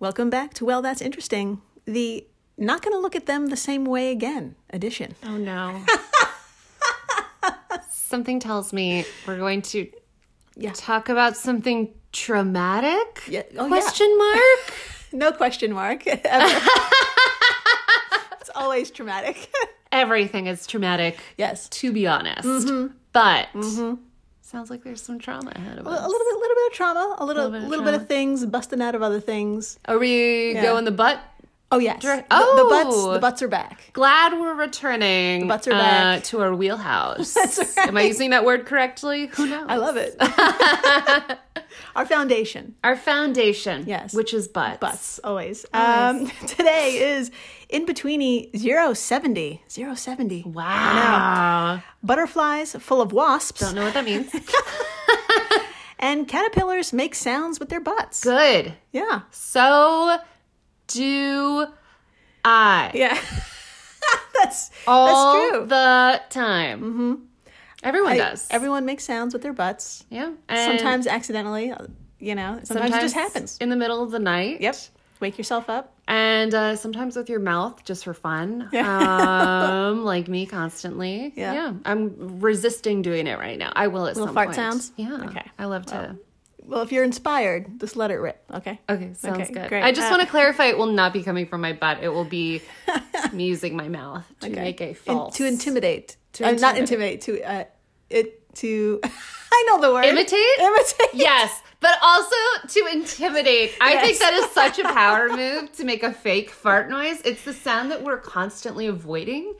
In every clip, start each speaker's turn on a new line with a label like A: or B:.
A: Welcome back to Well, That's Interesting, the Not Gonna Look at Them the Same Way Again edition.
B: Oh no. something tells me we're going to
A: Yeah.
B: talk about something traumatic?
A: Yeah. Oh, yeah.
B: Question mark?
A: No question mark. Ever. it's always traumatic.
B: Everything is traumatic,
A: yes.
B: to be honest.
A: Mm-hmm.
B: But sounds like there's some trauma ahead of
A: A
B: us.
A: little bit, little bit of trauma, a little, little,
B: bit
A: bit,
B: of
A: of things, busting out of other things.
B: Are we going the butt?
A: Oh yes, The- the,
B: Oh!
A: butts, the butts are back.
B: Glad we're returning uh,
A: butts are back.
B: to our wheelhouse.
A: That's right.
B: Am I using that word correctly? Who knows?
A: I love it. Our foundation,
B: Our foundation,
A: Yes.
B: which is butts.
A: butts always. Um, today is in betweeny 070, 070.
B: Wow.
A: Butterflies full of wasps
B: Don't know what that means.
A: and caterpillars make sounds with their butts.
B: Good.
A: Yeah,
B: So do I.
A: yeah. that's
B: All
A: that's true.
B: the time. Mm-hmm. Everyone
A: I-
B: does.
A: Everyone makes sounds with their butts.
B: yeah. And
A: Sometimes accidentally, uh, you know. Sometimes, it just happens.
B: in the middle of the night.
A: Yep. Wake yourself up.
B: And uh, sometimes with your mouth, just for fun. Um, like me, constantly.
A: Yeah.
B: I'm resisting doing it right now. I will at
A: Little
B: some
A: fart
B: point.
A: sounds?
B: Yeah.
A: Okay.
B: I love to.
A: Well, if you're inspired, just let it rip. Okay.
B: Okay, sounds
A: Okay,
B: good.
A: great.
B: I just
A: Uh,
B: want to clarify it will not be coming from my butt. It will be me using my mouth to
A: Okay.
B: make a
A: In-
B: false.
A: to intimidate. To not intimidate. To uh, it to. I know the word.
B: Imitate?
A: Imitate.
B: yes, but also to intimidate. I
A: Yes.
B: think that is such a power move to make a fake fart noise. It's the sound that we're constantly avoiding.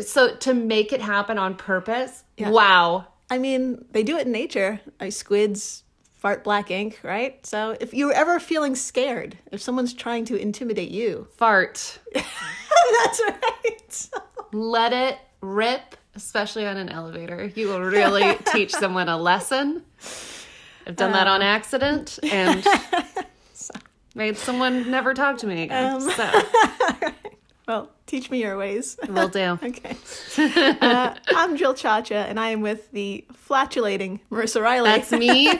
B: So to make it happen on purpose, wow.
A: I mean, they do it in nature. Like squids fart black ink, right? So if you're ever feeling scared, if someone's trying to intimidate you,
B: Fart.
A: that's right.
B: Let it rip, especially on an elevator. You will really teach someone a lesson. I've done that on accident and made someone never talk to me again. so
A: well, teach me your ways.
B: will do.
A: Okay. Uh, I'm Jill Chacha, and I am with the flatulating Marissa Riley.
B: That's me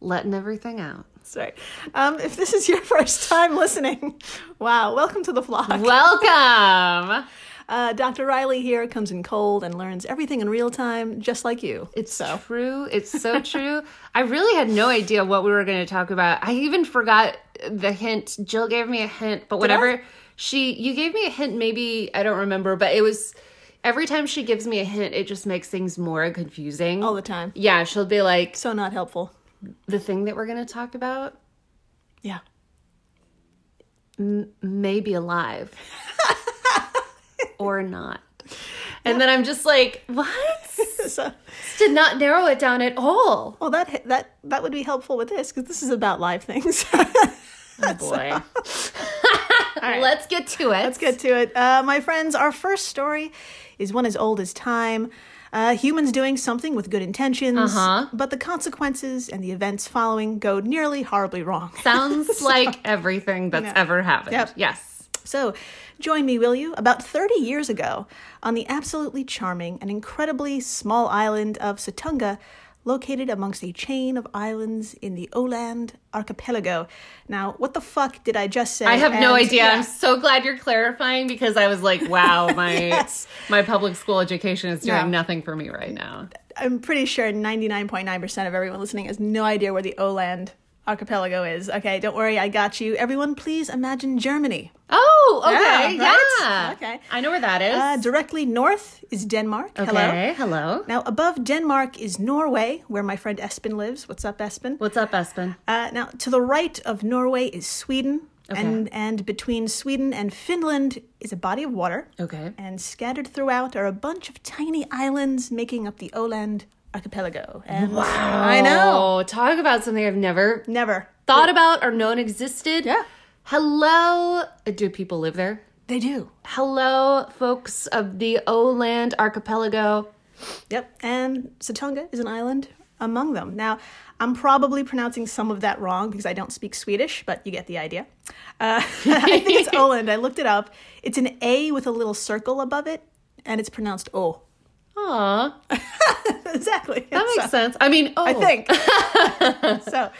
B: letting everything out.
A: Sorry. Um, if this is your first time listening, wow, welcome to the vlog.
B: Welcome.
A: Uh, Dr. Riley here comes in cold and learns everything in real time, just like you.
B: It's so. true. It's so true. I really had no idea what we were going to talk about. I even forgot the hint. Jill gave me a hint, but whatever she, you gave me a hint. Maybe I don't remember, but it was every time she gives me a hint, it just makes things more confusing.
A: all the time.
B: yeah, she'll be like
A: So not helpful.
B: the thing that we're going to talk about
A: Yeah.
B: may be alive or not. And then I'm just like, what?
A: so,
B: This did not narrow it down at all.
A: well, that that that would be helpful with this because this is about live things.
B: boy. Let's get to it.
A: Let's get to it, uh, my friends. Our first story is one as old as time. Uh, humans doing something with good intentions,
B: Uh-huh.
A: but the consequences and the events following go nearly horribly wrong.
B: Sounds like everything that's ever happened.
A: Yep.
B: Yes.
A: So, join me, will you, about 30 years ago on the absolutely charming and incredibly small island of Satunga, located amongst a chain of islands in the Oland archipelago. Now, what the fuck did I just say?
B: I have no
A: And-
B: idea. I'm
A: Yeah.
B: so glad you're clarifying because I was like, wow, my
A: Yes.
B: my public school education is doing
A: Yeah.
B: nothing for me right now.
A: I'm pretty sure 99.9% of everyone listening has no idea where the Oland archipelago is. Okay, don't worry, I got you. Everyone, please imagine Germany.
B: Oh,
A: Yeah,
B: okay. Yeah.
A: right? Okay.
B: I know where that is.
A: Uh, directly north is Denmark. Hello.
B: okay. Hello.
A: Now, above Denmark is Norway, where my friend Espen lives. What's up, Espen?
B: What's up, Espen?
A: Uh, now, to the right of Norway is Sweden, and, and between Sweden and Finland is a body of water.
B: Okay.
A: And scattered throughout are a bunch of tiny islands making up the Oland archipelago. And wow. I know.
B: Oh, talk about something I've never
A: Never.
B: thought about or known existed.
A: Yeah.
B: Hello. Uh, Do people live there?
A: They do.
B: Hello, folks of the Oland Archipelago.
A: Yep. And Satonga is an island among them. Now, I'm probably pronouncing some of that wrong because I don't speak Swedish, but you get the idea. Uh, I think it's Oland. I looked it up. It's an A with a little circle above it, and it's pronounced O.
B: Aw,
A: exactly.
B: that makes sense. I mean, oh,
A: I think. so,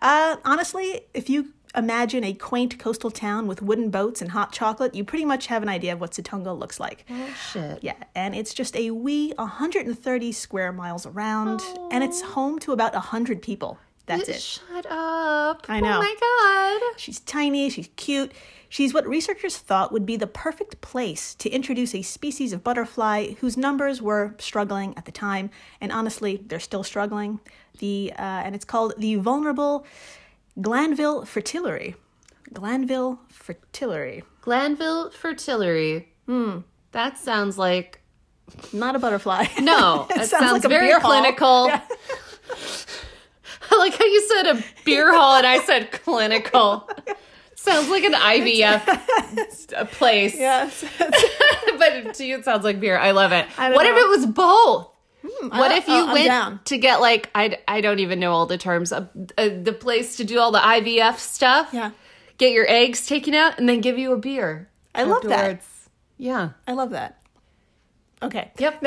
A: Uh, honestly, if you imagine a quaint coastal town with wooden boats and hot chocolate, you pretty much have an idea of what Satonga looks like.
B: Mm. Shit.
A: Yeah, and it's just a wee 130 square miles around, and it's home to about 100 people. That's it.
B: Shut up.
A: I know.
B: Oh my god.
A: She's tiny, she's cute. She's what researchers thought would be the perfect place to introduce a species of butterfly whose numbers were struggling at the time, and honestly, they're still struggling. The uh, and it's called the vulnerable Glanville fritillary. Glanville fritillary.
B: Glanville Fertillery. Hmm. That sounds like
A: Not a butterfly.
B: no. that
A: sounds
B: sounds,
A: like a
B: very
A: beer hall.
B: clinical. I like how you said a beer hall and I said clinical. sounds like an IVF a place.
A: Yes.
B: but to you it sounds like beer. I love it.
A: I don't
B: what
A: know.
B: if it was both? What if you
A: oh, I'm
B: went
A: down.
B: to get like I, I don't even know all the terms uh, uh, the place to do all the IVF stuff?
A: Yeah.
B: Get your eggs taken out and then give you a beer.
A: I love that.
B: afterwards. Yeah.
A: I love that. Okay.
B: Yep.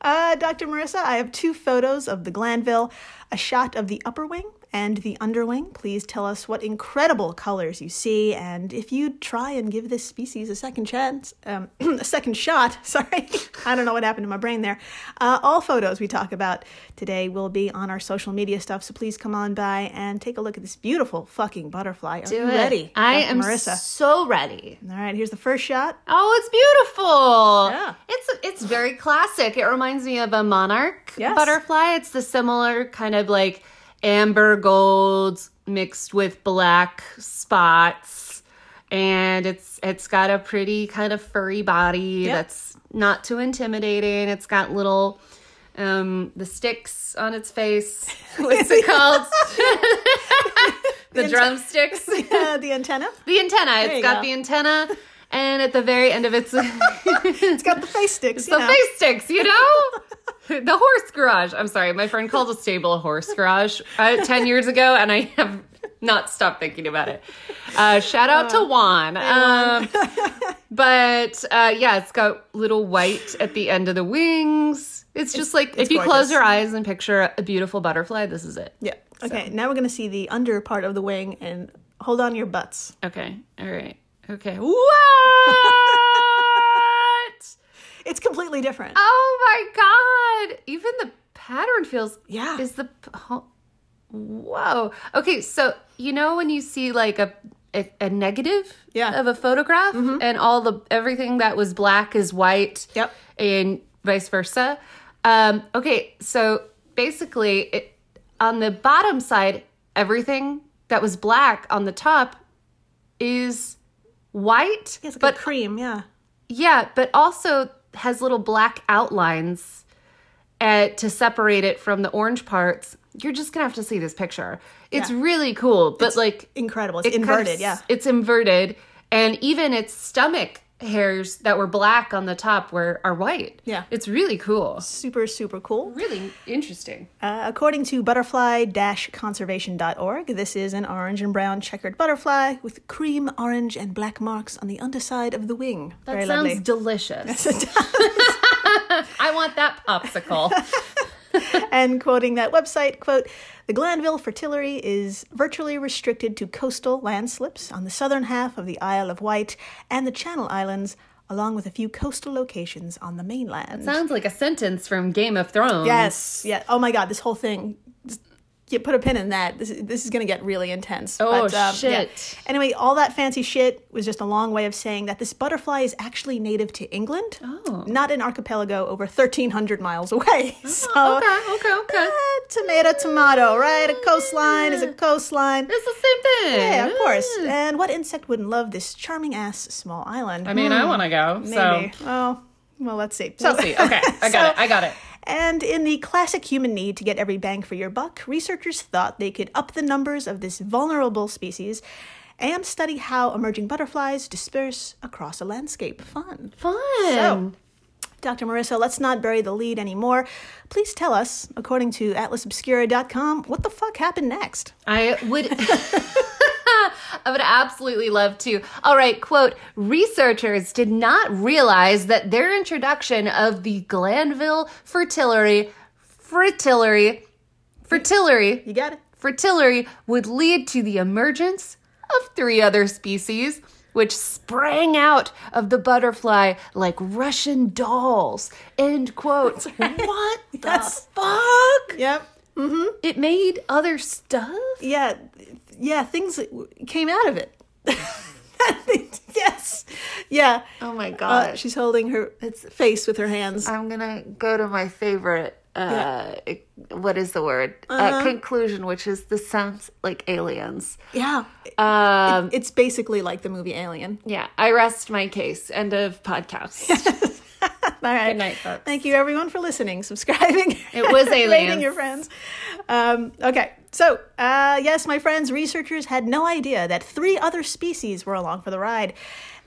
A: Uh, Dr. Marissa, I have two photos of the Glanville, a shot of the upper wing and the underwing. Please tell us what incredible colors you see, and if you'd try and give this species a second chance, um, a second shot. Sorry, I don't know what happened to my brain there. Uh, all photos we talk about today will be on our social media stuff, so please come on by and take a look at this beautiful fucking butterfly. Are you
B: Do it.
A: ready?
B: I
A: Dr.
B: am
A: Marissa.
B: so ready.
A: All right, here's the first shot.
B: Oh, it's beautiful.
A: Yeah.
B: It's it's very classic. It reminds me of a monarch
A: Yes.
B: butterfly. It's the similar kind of like amber gold mixed with black spots. And it's it's got a pretty kind of furry body that's not too intimidating. It's got little um the sticks on its face. What's it called? the drumsticks
A: Uh, the antenna.
B: the antenna.
A: you
B: It's got
A: go.
B: the antenna, and at the very end of its the
A: It's got the face sticks. you know.
B: face sticks, you know. The horse garage. I'm sorry, my friend called a stable a horse garage uh, ten years ago, and I have not stopped thinking about it. Uh, shout out to Juan. Um, but uh, yeah, it's got little white at the end of the wings. It's just like if you
A: gorgeous.
B: close your eyes and picture a beautiful butterfly, this is it.
A: Yeah. Okay. Now we're gonna see the under part of the wing and hold on your butts.
B: Okay. All right. Okay. What?
A: It's completely different.
B: Uh, Oh my god! Even the pattern feels
A: Yeah.
B: Is the oh, whoa? Okay, so you know when you see like a a, a negative
A: Yeah. Mm-hmm.
B: of a photograph and all the everything that was black is white.
A: Yep.
B: and vice versa. Um, okay, so basically, it, on the bottom side, everything that was black on the top is white,
A: it's like
B: but
A: a cream. Yeah.
B: yeah, but also has little black outlines uh, to separate it from the orange parts. You're just gonna have to see this picture. It's really cool, but like
A: Incredible. It's
B: it kind of
A: inverted.
B: s-
A: yeah.
B: it's inverted, and even its stomach hairs that were black on the top were are white.
A: Yeah.
B: it's really cool.
A: Super super cool.
B: Really interesting.
A: Uh, according to butterfly-conservation.org, this is an orange and brown checkered butterfly with cream, orange, and black marks on the underside of the wing.
B: That
A: Very
B: sounds
A: lovely.
B: delicious. I want that popsicle.
A: and quoting that website, quote, the Glanville Fertillery is virtually restricted to coastal landslips on the southern half of the Isle of Wight and the Channel Islands, along with a few coastal locations on the mainland.
B: Sounds like a sentence from Game of Thrones.
A: yes, yeah. Oh my God, this whole thing. just- You put a pin in that. This, is- this is going to get really intense. um,
B: Oh,
A: yeah.
B: shit.
A: Anyway, all that fancy shit was just a long way of saying that this butterfly is actually native to England,
B: Oh.
A: not an archipelago over 1,300 miles away. so,
B: Oh, Okay. Okay. Okay.
A: Ah, tomato, tomato, right? A coastline is a coastline.
B: It's the same thing.
A: Yeah, of course. And what insect wouldn't love this charming ass small island?
B: I mean, I want to go. So
A: Hmm. maybe. Oh, well, let's see. So,
B: we'll see. Okay, I got it. I got it.
A: and in the classic human need to get every bang for your buck, researchers thought they could up the numbers of this vulnerable species and study how emerging butterflies disperse across a landscape. Fun.
B: Fun.
A: So, Dr. Marissa, let's not bury the lead anymore. Please tell us, according to atlasobscura.com, what the fuck happened next?
B: I would. I would absolutely love to. All right, quote Researchers did not realize that their introduction of the Glanville fritillary, fritillary Fritillary,
A: You got it.
B: fritillary would lead to the emergence of three other species, which sprang out of the butterfly like Russian dolls. End quote. What the
A: Yes.
B: fuck?
A: Yep.
B: It made other stuff?
A: yeah, yeah, things came out of it. yes, yeah.
B: Oh my
A: Uh,
B: gosh. Uh,
A: she's holding her face with her hands.
B: I'm gonna go to my favorite. Uh, what is the word? uh conclusion, which is this sounds like aliens.
A: yeah,
B: Um,
A: it's basically like the movie Alien.
B: yeah, I rest my case. End of podcast.
A: All right.
B: Good night, folks.
A: Thank you, everyone, for listening, subscribing.
B: It was aliens.
A: rating your friends. Um, okay, so uh, yes, my friends, researchers had no idea that three other species were along for the ride,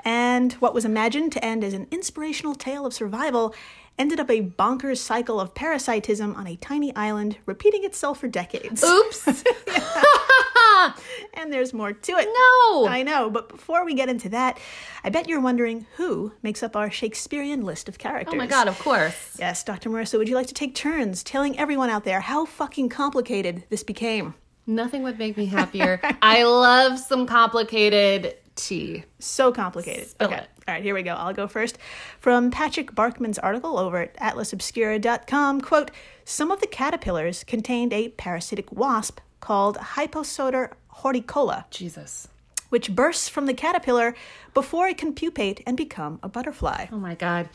A: and what was imagined to end as an inspirational tale of survival ended up a bonkers cycle of parasitism on a tiny island, repeating itself for decades.
B: Oops. Oh
A: And there's more to it.
B: No.
A: I know, but before we get into that, I bet you're wondering who makes up our Shakespearean list of characters.
B: Oh my god, of course.
A: Yes, Dr. Marissa, would you like to take turns telling everyone out there how fucking complicated this became?
B: Nothing would make me happier. I love some complicated tea.
A: So complicated.
B: Spill
A: okay.
B: it.
A: All right, here we go. I'll go first. From Patrick Barkman's article over at atlasobscura.com, quote, some of the caterpillars contained a parasitic wasp called Hyposoter horticola,
B: Jesus.
A: which bursts from the caterpillar before it can pupate and become a butterfly.
B: Oh my god.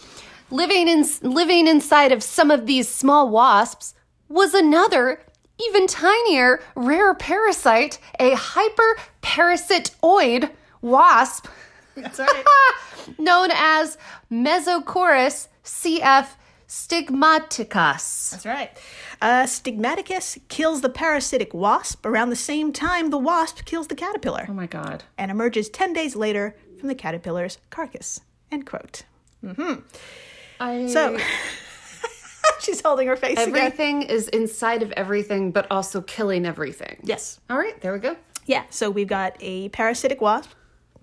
B: Living in living inside of some of these small wasps was another even tinier rare parasite, a hyperparasitoid wasp
A: That's all right.
B: known as Mesochorus cf stigmaticus.
A: That's right. Uh, Stigmaticus kills the parasitic wasp around the same time the wasp kills the caterpillar.
B: Oh my god.
A: and emerges 10 days later from the caterpillar's carcass. End quote.
B: I
A: So she's holding her face again.
B: everything is inside of everything but also killing everything.
A: Yes.
B: All right, there we go.
A: Yeah. So we've got a parasitic wasp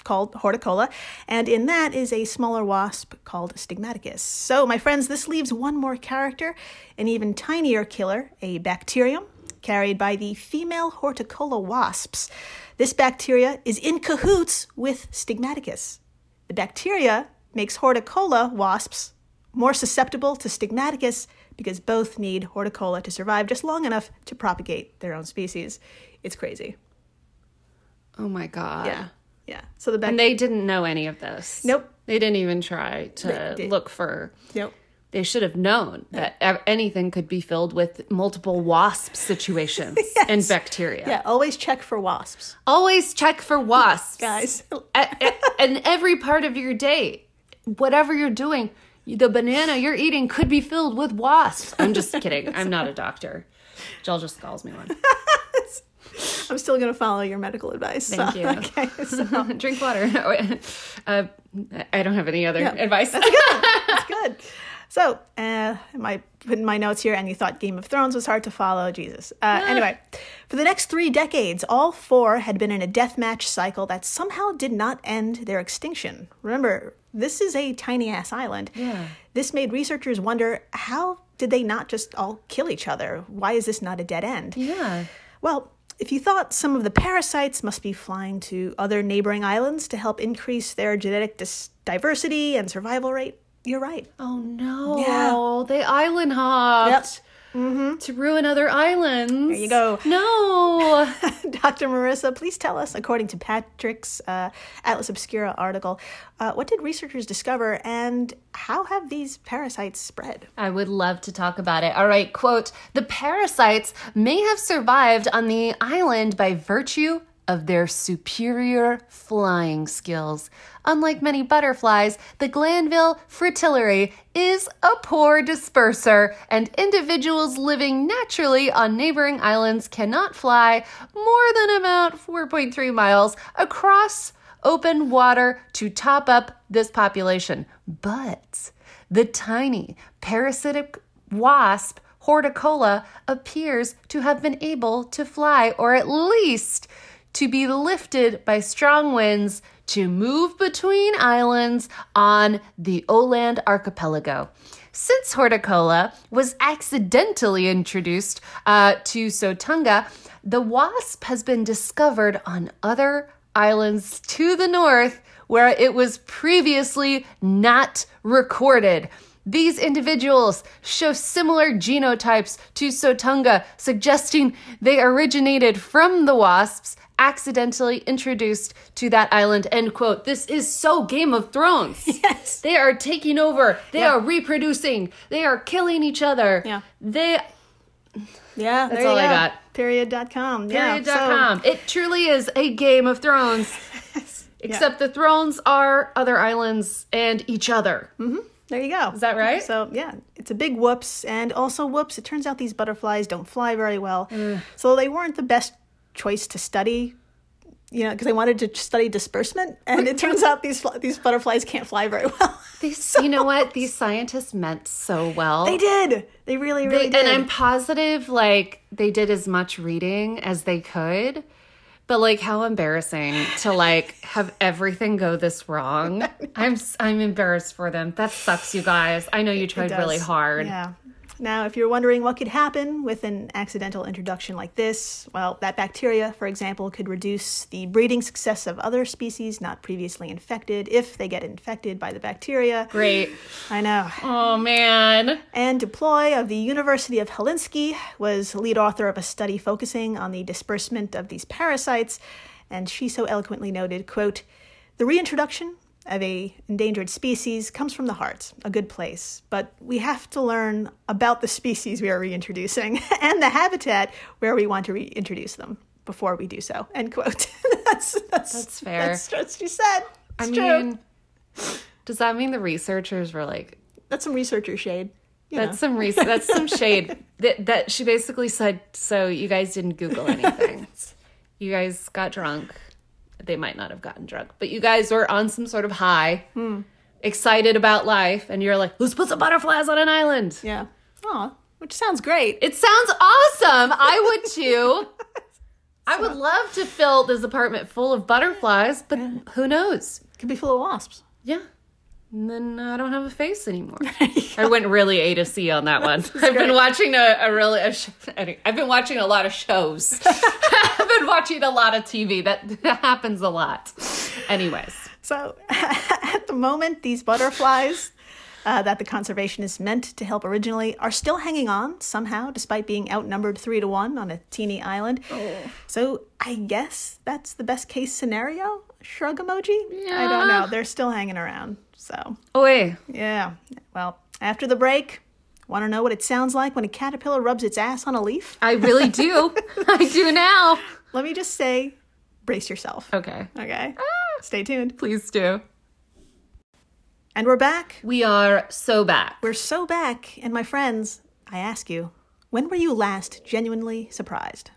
A: called horticola, and in that is a smaller wasp called stigmaticus. So, my friends, this leaves one more character, an even tinier killer, a bacterium carried by the female horticola wasps. This bacteria is in cahoots with stigmaticus. The bacteria makes horticola wasps more susceptible to stigmaticus because both need horticola to survive just long enough to propagate their own species. It's crazy.
B: Oh my god.
A: Yeah. Yeah. So the back.
B: And they didn't know any of this.
A: Nope.
B: They didn't even try to
A: They- they-
B: look for.
A: Nope.
B: They should have known that ev- anything could be filled with multiple wasp situations and bacteria.
A: Yeah. Always check for wasps,
B: Always check for wasps.
A: guys.
B: A- a- And every part of your day, whatever you're doing, the banana you're eating could be filled with wasps. I'm just kidding. I'm not a doctor. Jill just calls me one.
A: I'm still gonna follow your medical advice. so-
B: Thank you.
A: Okay. So
B: Drink water. uh, I don't have any other advice.
A: that's good. So, uh, my putting my notes here, and you thought Game of Thrones was hard to follow. Jesus. Uh, anyway, for the next three decades, all four had been in a death match cycle that somehow did not end their extinction. Remember, this is a tiny ass island.
B: Yeah.
A: This made researchers wonder how did they not just all kill each other? Why is this not a dead end?
B: yeah.
A: Well, if you thought some of the parasites must be flying to other neighboring islands to help increase their genetic dis- diversity and survival rate, you're right.
B: Oh no! They island hopped to ruin other islands. There
A: you go.
B: No.
A: Dr. Marissa, please tell us, according to Patrick's uh, Atlas Obscura article, uh, what did researchers discover and how have these parasites spread?
B: I would love to talk about it. All right, quote The parasites may have survived on the island by virtue of their superior flying skills. Unlike many butterflies, the Glanville fritillary is a poor disperser, and individuals living naturally on neighboring islands cannot fly more than about 4.3 miles across open water to top up this population. But the tiny parasitic wasp horticola appears to have been able to fly, or at least to be lifted by strong winds to move between islands on the Oland archipelago. since horticola was accidentally introduced uh, to Sotunga, the wasp has been discovered on other islands to the north where it was previously not recorded. These individuals show similar genotypes to Sotunga, suggesting they originated from the wasps accidentally introduced to that island. End quote. This is so Game of Thrones.
A: Yes.
B: They are taking over. They are reproducing. They are killing each other.
A: Yeah.
B: They
A: Yeah, that's
B: all I got.
A: Period.com. Yeah,
B: Period.com. it truly is a Game of Thrones, except the thrones are other islands and each other.
A: So, there you go.
B: Is that right?
A: So yeah, it's a big whoops, and also whoops. It turns out these butterflies don't fly very well, so they weren't the best choice to study. You know, because they wanted to study disbursement, and it turns out these fl- these butterflies can't fly very well.
B: These, you know what? These scientists meant so well.
A: they did. They really, really
B: and
A: did.
B: I'm positive, like, they did as much reading as they could. But like, how embarrassing to like have everything go this wrong. I'm s- I'm embarrassed for them. That sucks, you guys. I know you tried really
A: does.
B: hard.
A: Yeah. Now, if you're wondering what could happen with an accidental introduction like this, well, that bacteria, for example, could reduce the breeding success of other species not previously infected if they get infected by the bacteria.
B: Great.
A: I know.
B: Oh man.
A: Anne Deploy of the University of Helsinki was lead author of a study focusing on the disbursement of these parasites, and she so eloquently noted, quote, "The reintroduction of a endangered species comes from the heart, a good place, but we have to learn about the species we are reintroducing and the habitat where we want to reintroduce them before we do so." End quote. that's, that's
B: That's fair.
A: That's what she said. It's
B: I
A: true.
B: mean, does that mean the researchers were like,
A: that's some researcher shade. you know.
B: that's some re- that's some shade that that she basically said, so you guys didn't Google anything. you guys got drunk. They might not have gotten drunk, but you guys were on some sort of high,
A: Hmm.
B: excited about life, and you're like, let's put some butterflies on an island.
A: Yeah. Aw, which sounds great.
B: It sounds awesome. I would too. I would love to fill this apartment full of butterflies, but who knows?
A: It could be full of wasps.
B: Yeah. And then uh, I don't have a face anymore. I went really A to C on that one. I've been watching a, a really, a sh- anyway, I've been watching a lot of shows. I've been watching a lot of TV. That, that happens a lot. Anyways,
A: So at the moment, these butterflies uh, that the conservationists meant to help originally are still hanging on somehow, despite being outnumbered three to one on a teeny island. So I guess that's the best case scenario. Shrug emoji? I don't know. They're still hanging around. So
B: oi,
A: yeah. Well, after the break, want to know what it sounds like when a caterpillar rubs its ass on a leaf?
B: I really do. I do now.
A: Let me just say, brace yourself.
B: Okay,
A: Okay.
B: Ah.
A: Stay tuned.
B: please do.
A: And we're back.
B: We are so back.
A: We're so back, and my friends, I ask you, when were you last genuinely surprised?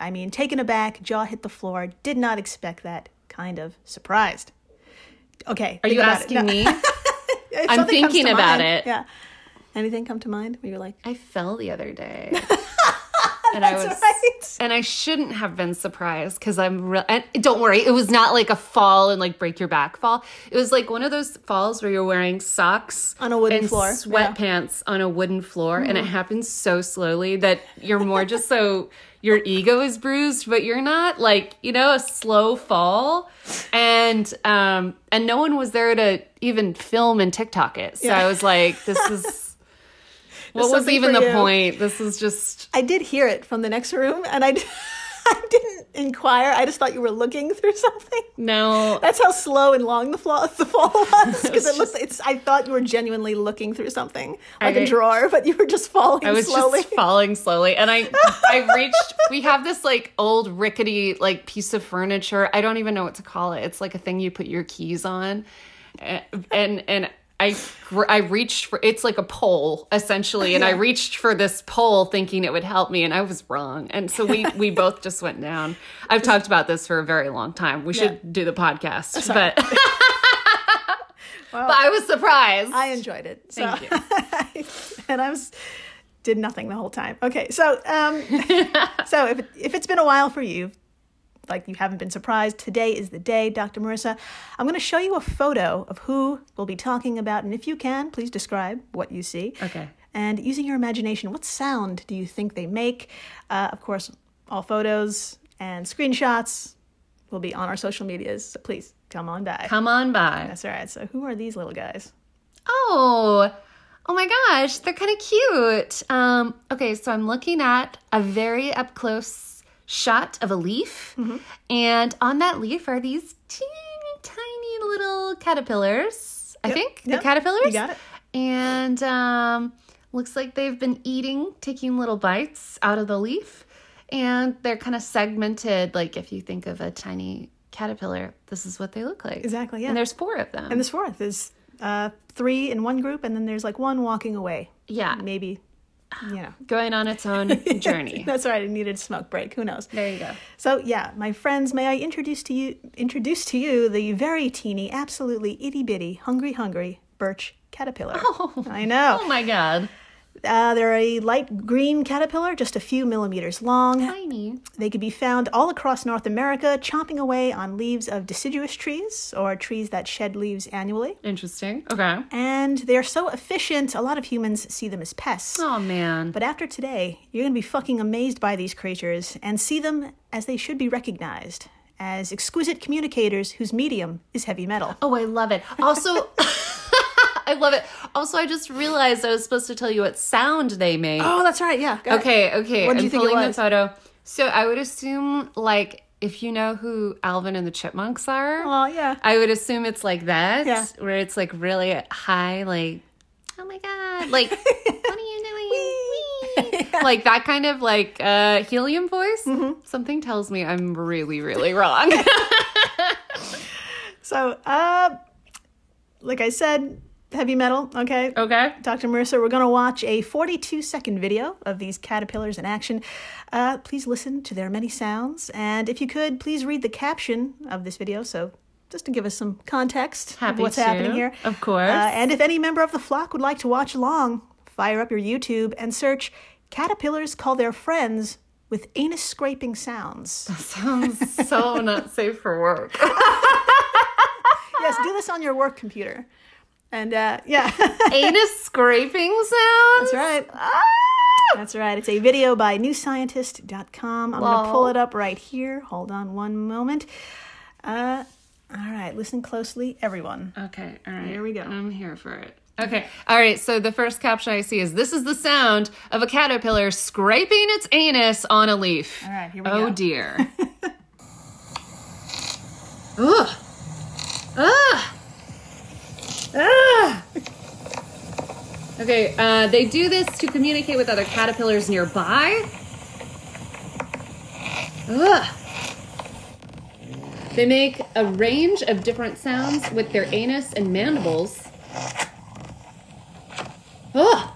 A: I mean, taken aback, jaw hit the floor, did not expect that, kind of surprised. Okay.
B: Are you asking me? I'm thinking about it.
A: Yeah. Anything come to mind where you're like,
B: I fell the other day. and I was
A: right.
B: and I shouldn't have been surprised cuz I'm real and don't worry, it was not like a fall and like break your back fall. It was like one of those falls where you're wearing socks
A: On a wooden
B: and
A: floor, yeah. Mm-hmm.
B: sweatpants on a wooden floor and it happens so slowly that you're more just so your ego is bruised but you're not like, you know, a slow fall and um and no one was there to even film and TikTok it. So I was like this is what was
A: something
B: even
A: for
B: the
A: you.
B: point? This is just
A: I did hear it from the next room, and I, d- I didn't inquire. I just thought you were looking through something.
B: no.
A: That's how slow and long the, flaw, the fall was. Because it looks, it's. I thought you were genuinely looking through something like a
B: I-
A: drawer, but you were just falling
B: I was
A: slowly.
B: just falling slowly, and I I reached. We have this like old rickety like piece of furniture. I don't even know what to call it. It's like a thing you put your keys on, and and. and I, gr- I reached for it's like a pole essentially and I reached for this pole thinking it would help me and I was wrong and so we we both just went down. I've talked about this for a very long time. We should do the podcast. But But I was surprised.
A: I enjoyed it. So.
B: Thank you.
A: and I was did nothing the whole time. Okay, so um, so if it, if it's been a while for you, like you haven't been surprised. Today is the day, Dr. Marissa. I'm going to show you a photo of who we'll be talking about, and if you can, please describe what you see.
B: Okay.
A: And using your imagination, what sound do you think they make? Uh, of course, all photos and screenshots will be on our social medias, so please come on by.
B: Come on by.
A: That's all right. So, who are these little guys?
B: Oh, oh my gosh, they're kind of cute. Um, okay, so I'm looking at a very up close shot of a leaf,
A: Mm-hmm.
B: and on that leaf are these teeny tiny little caterpillars. I think
A: yep.
B: the caterpillars.
A: You got it.
B: And um, looks like they've been eating, taking little bites out of the leaf, and they're kind of segmented. Like if you think of a tiny caterpillar, this is what they look like.
A: Exactly, yeah.
B: And there's four of them.
A: And there's fourth. There's uh, three in one group, and then there's like one walking away.
B: yeah.
A: Maybe, you know.
B: going on its own journey.
A: That's all right. I needed a smoke break. Who knows?
B: There you go.
A: So yeah, my friends, may I introduce to you introduce to you the very teeny, absolutely itty bitty, hungry, hungry birch caterpillar.
B: Oh.
A: I know.
B: Oh my god.
A: Uh, they're a light green caterpillar, just a few millimeters long.
B: Tiny.
A: They could be found all across North America, chomping away on leaves of deciduous trees or trees that shed leaves annually.
B: Interesting. Okay.
A: And they're so efficient, a lot of humans see them as pests.
B: Oh man.
A: But after today, you're going to be fucking amazed by these creatures and see them as they should be recognized as exquisite communicators whose medium is heavy metal.
B: Oh, I love it. Also I love it. Also, I just realized I was supposed to tell you what sound they make.
A: Oh, that's right. Yeah. go ahead.
B: Okay, okay.
A: What do
B: I'm
A: you think it
B: pulling
A: was?
B: the photo. So I would assume like if you know who Alvin and the Chipmunks are,
A: Well, yeah.
B: I would assume it's like that,
A: Yeah.
B: where it's like really high, like, oh my God, like, what are you doing? Wee. like that kind of like uh, helium voice.
A: Mm-hmm.
B: Something tells me I'm really, really wrong.
A: So, uh, like I said, heavy metal. Okay.
B: okay.
A: Dr. Mercer, we're going to watch a 42 second video of these caterpillars in action. Uh, please listen to their many sounds. And if you could, please read the caption of this video. So, just to give us some context of
B: Happy
A: what's
B: to,
A: happening here.
B: of course.
A: Uh, and if any member of the flock would like to watch along, fire up your YouTube and search Caterpillars Call Their Friends with Anus Scraping Sounds.
B: Sounds so not safe for work.
A: yes, do this on your work computer. And uh, yeah,
B: Anus scraping sounds?
A: that's right.
B: Ah!
A: That's right. It's a video by newscientist.com. I'm going to
B: Wow.
A: pull it up right here. Hold on one moment. Uh, all right, listen closely, everyone.
B: Okay, all right.
A: Here we go.
B: I'm here for it. Okay, all right. So the first caption I see is This is the sound of a caterpillar scraping its anus on a leaf. All
A: right, here we
B: oh,
A: go.
B: dear. Ugh. Ugh. Ugh. Okay, uh, they do this to communicate with other caterpillars nearby. Ugh. They make a range of different sounds with their anus and mandibles. Ugh!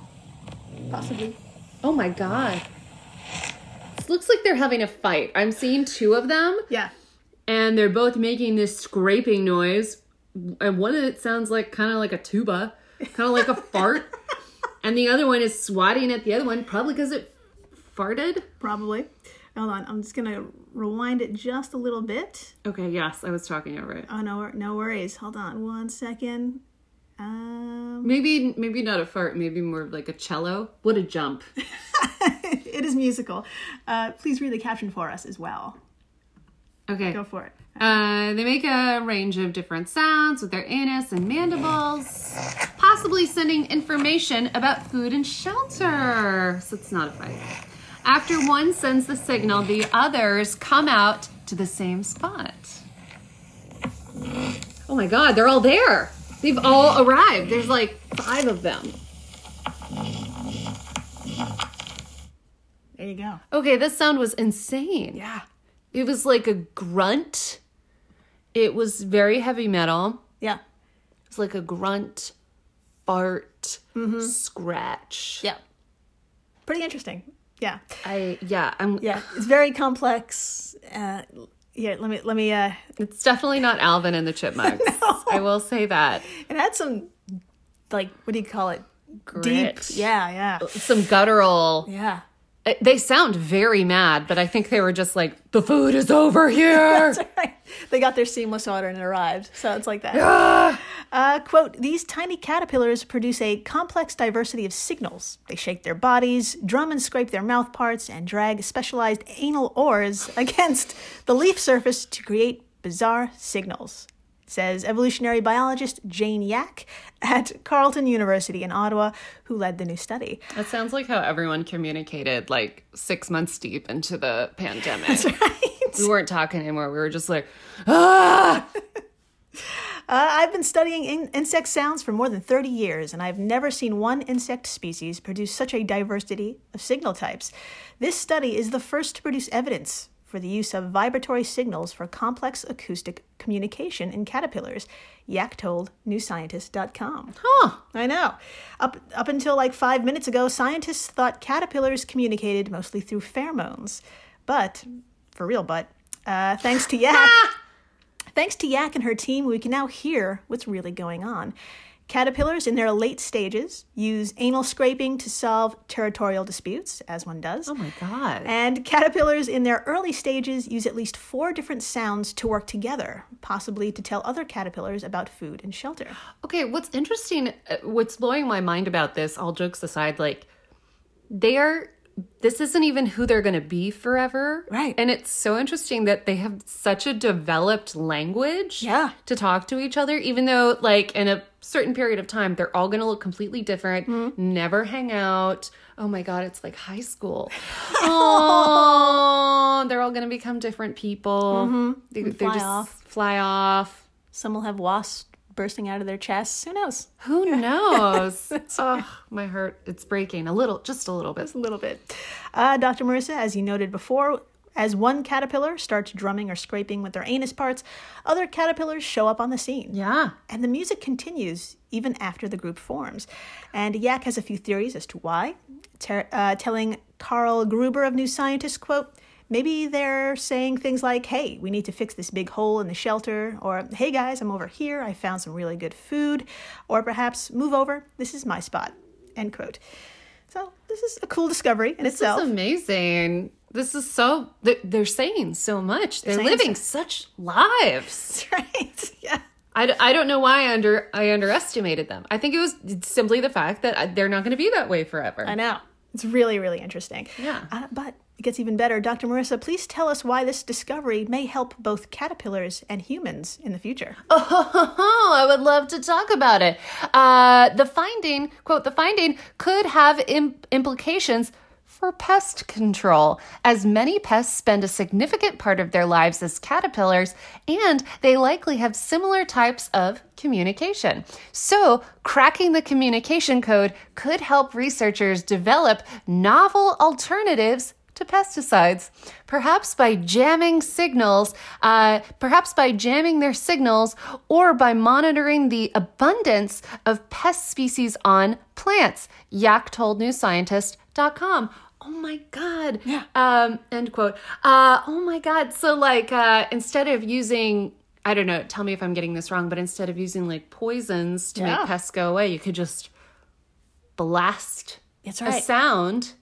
A: Possibly.
B: Oh my god. This looks like they're having a fight. I'm seeing two of them,
A: Yeah.
B: and they're both making this scraping noise. And one of it sounds like kind of like a tuba, kind of like a fart. And the other one is swatting at the other one, probably because it farted.
A: Probably. Hold on. I'm just going to rewind it just a little bit.
B: Okay, yes, I was talking over it.
A: Oh, no, wor- no worries. Hold on one second. Um,
B: Maybe, maybe not a fart. Maybe more of like a cello. What a jump!
A: it is musical. Uh, please read the caption for us as well.
B: Okay,
A: Go for it.
B: Uh, they make a range of different sounds with their anus and mandibles, possibly sending information about food and shelter. So it's not a fight. After one sends the signal, the others come out to the same spot. Oh my god, they're all there. They've all arrived. There's like five of them.
A: There you go.
B: Okay, this sound was insane.
A: Yeah.
B: It was like a grunt. It was very heavy metal.
A: Yeah.
B: It's like a grunt, fart, scratch.
A: Mm-hmm. Yeah. Pretty interesting. Yeah.
B: I yeah, I'm
A: Yeah, it's very complex. Uh, yeah, let me let me. Uh,
B: It's definitely not Alvin and the Chipmunks. I will say that.
A: it had some like what do you call it?
B: Grit.
A: Deep. Yeah, yeah,
B: Some guttural uh,
A: yeah.
B: They sound very mad, but I think they were just like, the food is over here.
A: That's right. They got their seamless order and it arrived. Sounds like that. Uh, quote These tiny caterpillars produce a complex diversity of signals. They shake their bodies, drum and scrape their mouth parts, and drag specialized anal oars against the leaf surface to create bizarre signals. Says evolutionary biologist Jane Yak at Carleton University in Ottawa, who led the new study.
B: That sounds like how everyone communicated like six months deep into the pandemic.
A: Right.
B: We weren't talking anymore. We were just like, ah!
A: Uh, I've been studying in- insect sounds for more than 30 years, and I've never seen one insect species produce such a diversity of signal types. This study is the first to produce evidence for the use of vibratory signals for complex acoustic communication in caterpillars, Yak told newscientist.com.
B: Huh.
A: I know. Up up until like five minutes ago, scientists thought caterpillars communicated mostly through pheromones, but for real, but uh, thanks to Yak,
B: Ah!
A: thanks to Yak and her team, we can now hear what's really going on. Caterpillars in their late stages use anal scraping to solve territorial disputes, as one does.
B: Oh my God.
A: And caterpillars in their early stages use at least four different sounds to work together, possibly to tell other caterpillars about food and shelter.
B: Okay, what's interesting, uh, what's blowing my mind about this, all jokes aside, like, they're, this isn't even who they're going to be forever.
A: Right.
B: And it's so interesting that they have such a developed language
A: Yeah.
B: to talk to each other, even though, like, in a certain period of time, they're all going to look completely different,
A: Mm-hmm.
B: never hang out. Oh my God, it's like high school. oh, they're all going to become different people. They, they
A: Mm-hmm. fly
B: just
A: off.
B: fly off.
A: Some will have wasps bursting out of their chests. Who knows?
B: Who knows? oh, my heart, it's breaking a little, just a little bit.
A: A little bit. Uh, Dr. Marissa, as you noted before, as one caterpillar starts drumming or scraping with their anus parts, other caterpillars show up on the scene.
B: Yeah.
A: And the music continues even after the group forms. And Yak has a few theories as to why, ter- uh, telling Carl Gruber of New Scientist, quote, Maybe they're saying things like, hey, we need to fix this big hole in the shelter, or hey guys, I'm over here, I found some really good food, or perhaps move over, this is my spot, end quote. So this is a cool discovery in itself.
B: That's amazing. This is so, they're, they're saying so much. They're
A: saying
B: living such lives.
A: That's right. Yeah.
B: I, d- I don't know why I, under, I underestimated them. I think it was simply the fact that I, they're not going to be that way forever.
A: I know. It's really, really interesting.
B: Yeah.
A: Uh, but it gets even better. Dr. Marissa, please tell us why this discovery may help both caterpillars and humans in the future.
B: Oh, I would love to talk about it. Uh, the finding, quote, the finding could have im- implications for pest control, as many pests spend a significant part of their lives as caterpillars, and they likely have similar types of communication. So, cracking the communication code could help researchers develop novel alternatives to pesticides, perhaps by jamming signals, uh, perhaps by jamming their signals, or by monitoring the abundance of pest species on plants. Yak told newscientist.com. Oh my God. Yeah. Um, end quote. Uh, oh my God. So, like, uh, instead of using, I don't know, tell me if I'm getting this wrong, but instead of using like poisons to
A: Yeah.
B: make pests go away, you could just blast
A: That's
B: a
A: right.
B: sound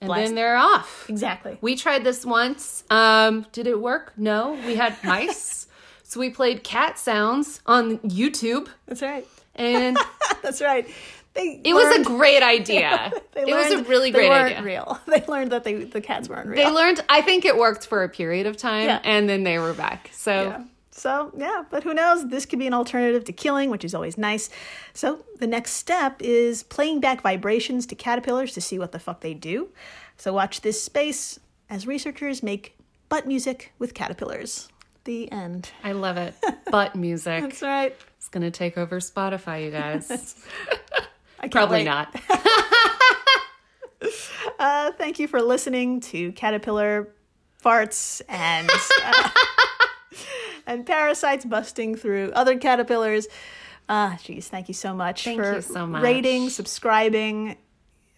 B: and
A: Blast.
B: then they're off.
A: Exactly.
B: We tried this once. Um, did it work? No. We had mice. so we played cat sounds on YouTube
A: That's right.
B: and
A: That's right. They
B: it was a great idea. it was a really
A: they
B: great
A: weren't
B: idea.
A: real. They learned that they the cats weren't real.
B: They learned I think it worked for a period of time
A: Yeah.
B: and then they were back. So
A: Yeah. So, yeah, but who knows? This could be an alternative to killing, which is always nice. So, the next step is playing back vibrations to caterpillars to see what the fuck they do. So, watch this space as researchers make butt music with caterpillars. The end.
B: I love it. Butt music.
A: That's right.
B: It's gonna take over Spotify, you guys.
A: I can't
B: Probably
A: wait.
B: not.
A: Uh, thank you for listening to Caterpillar Farts and. uh, And parasites busting through other caterpillars. Ah, geez, thank you so much
B: Thank
A: for
B: you so much.
A: rating, subscribing.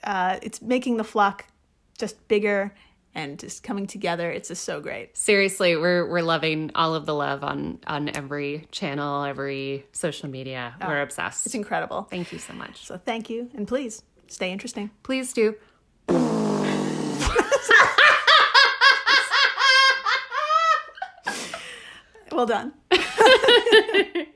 A: Uh, it's making the flock just bigger and just coming together. It's just so great.
B: Seriously, we're we're loving all of the love on on every channel, every social media. we're
A: Oh.
B: obsessed.
A: It's incredible.
B: Thank you so much.
A: So thank you, and please stay interesting.
B: Please do.
A: Well done.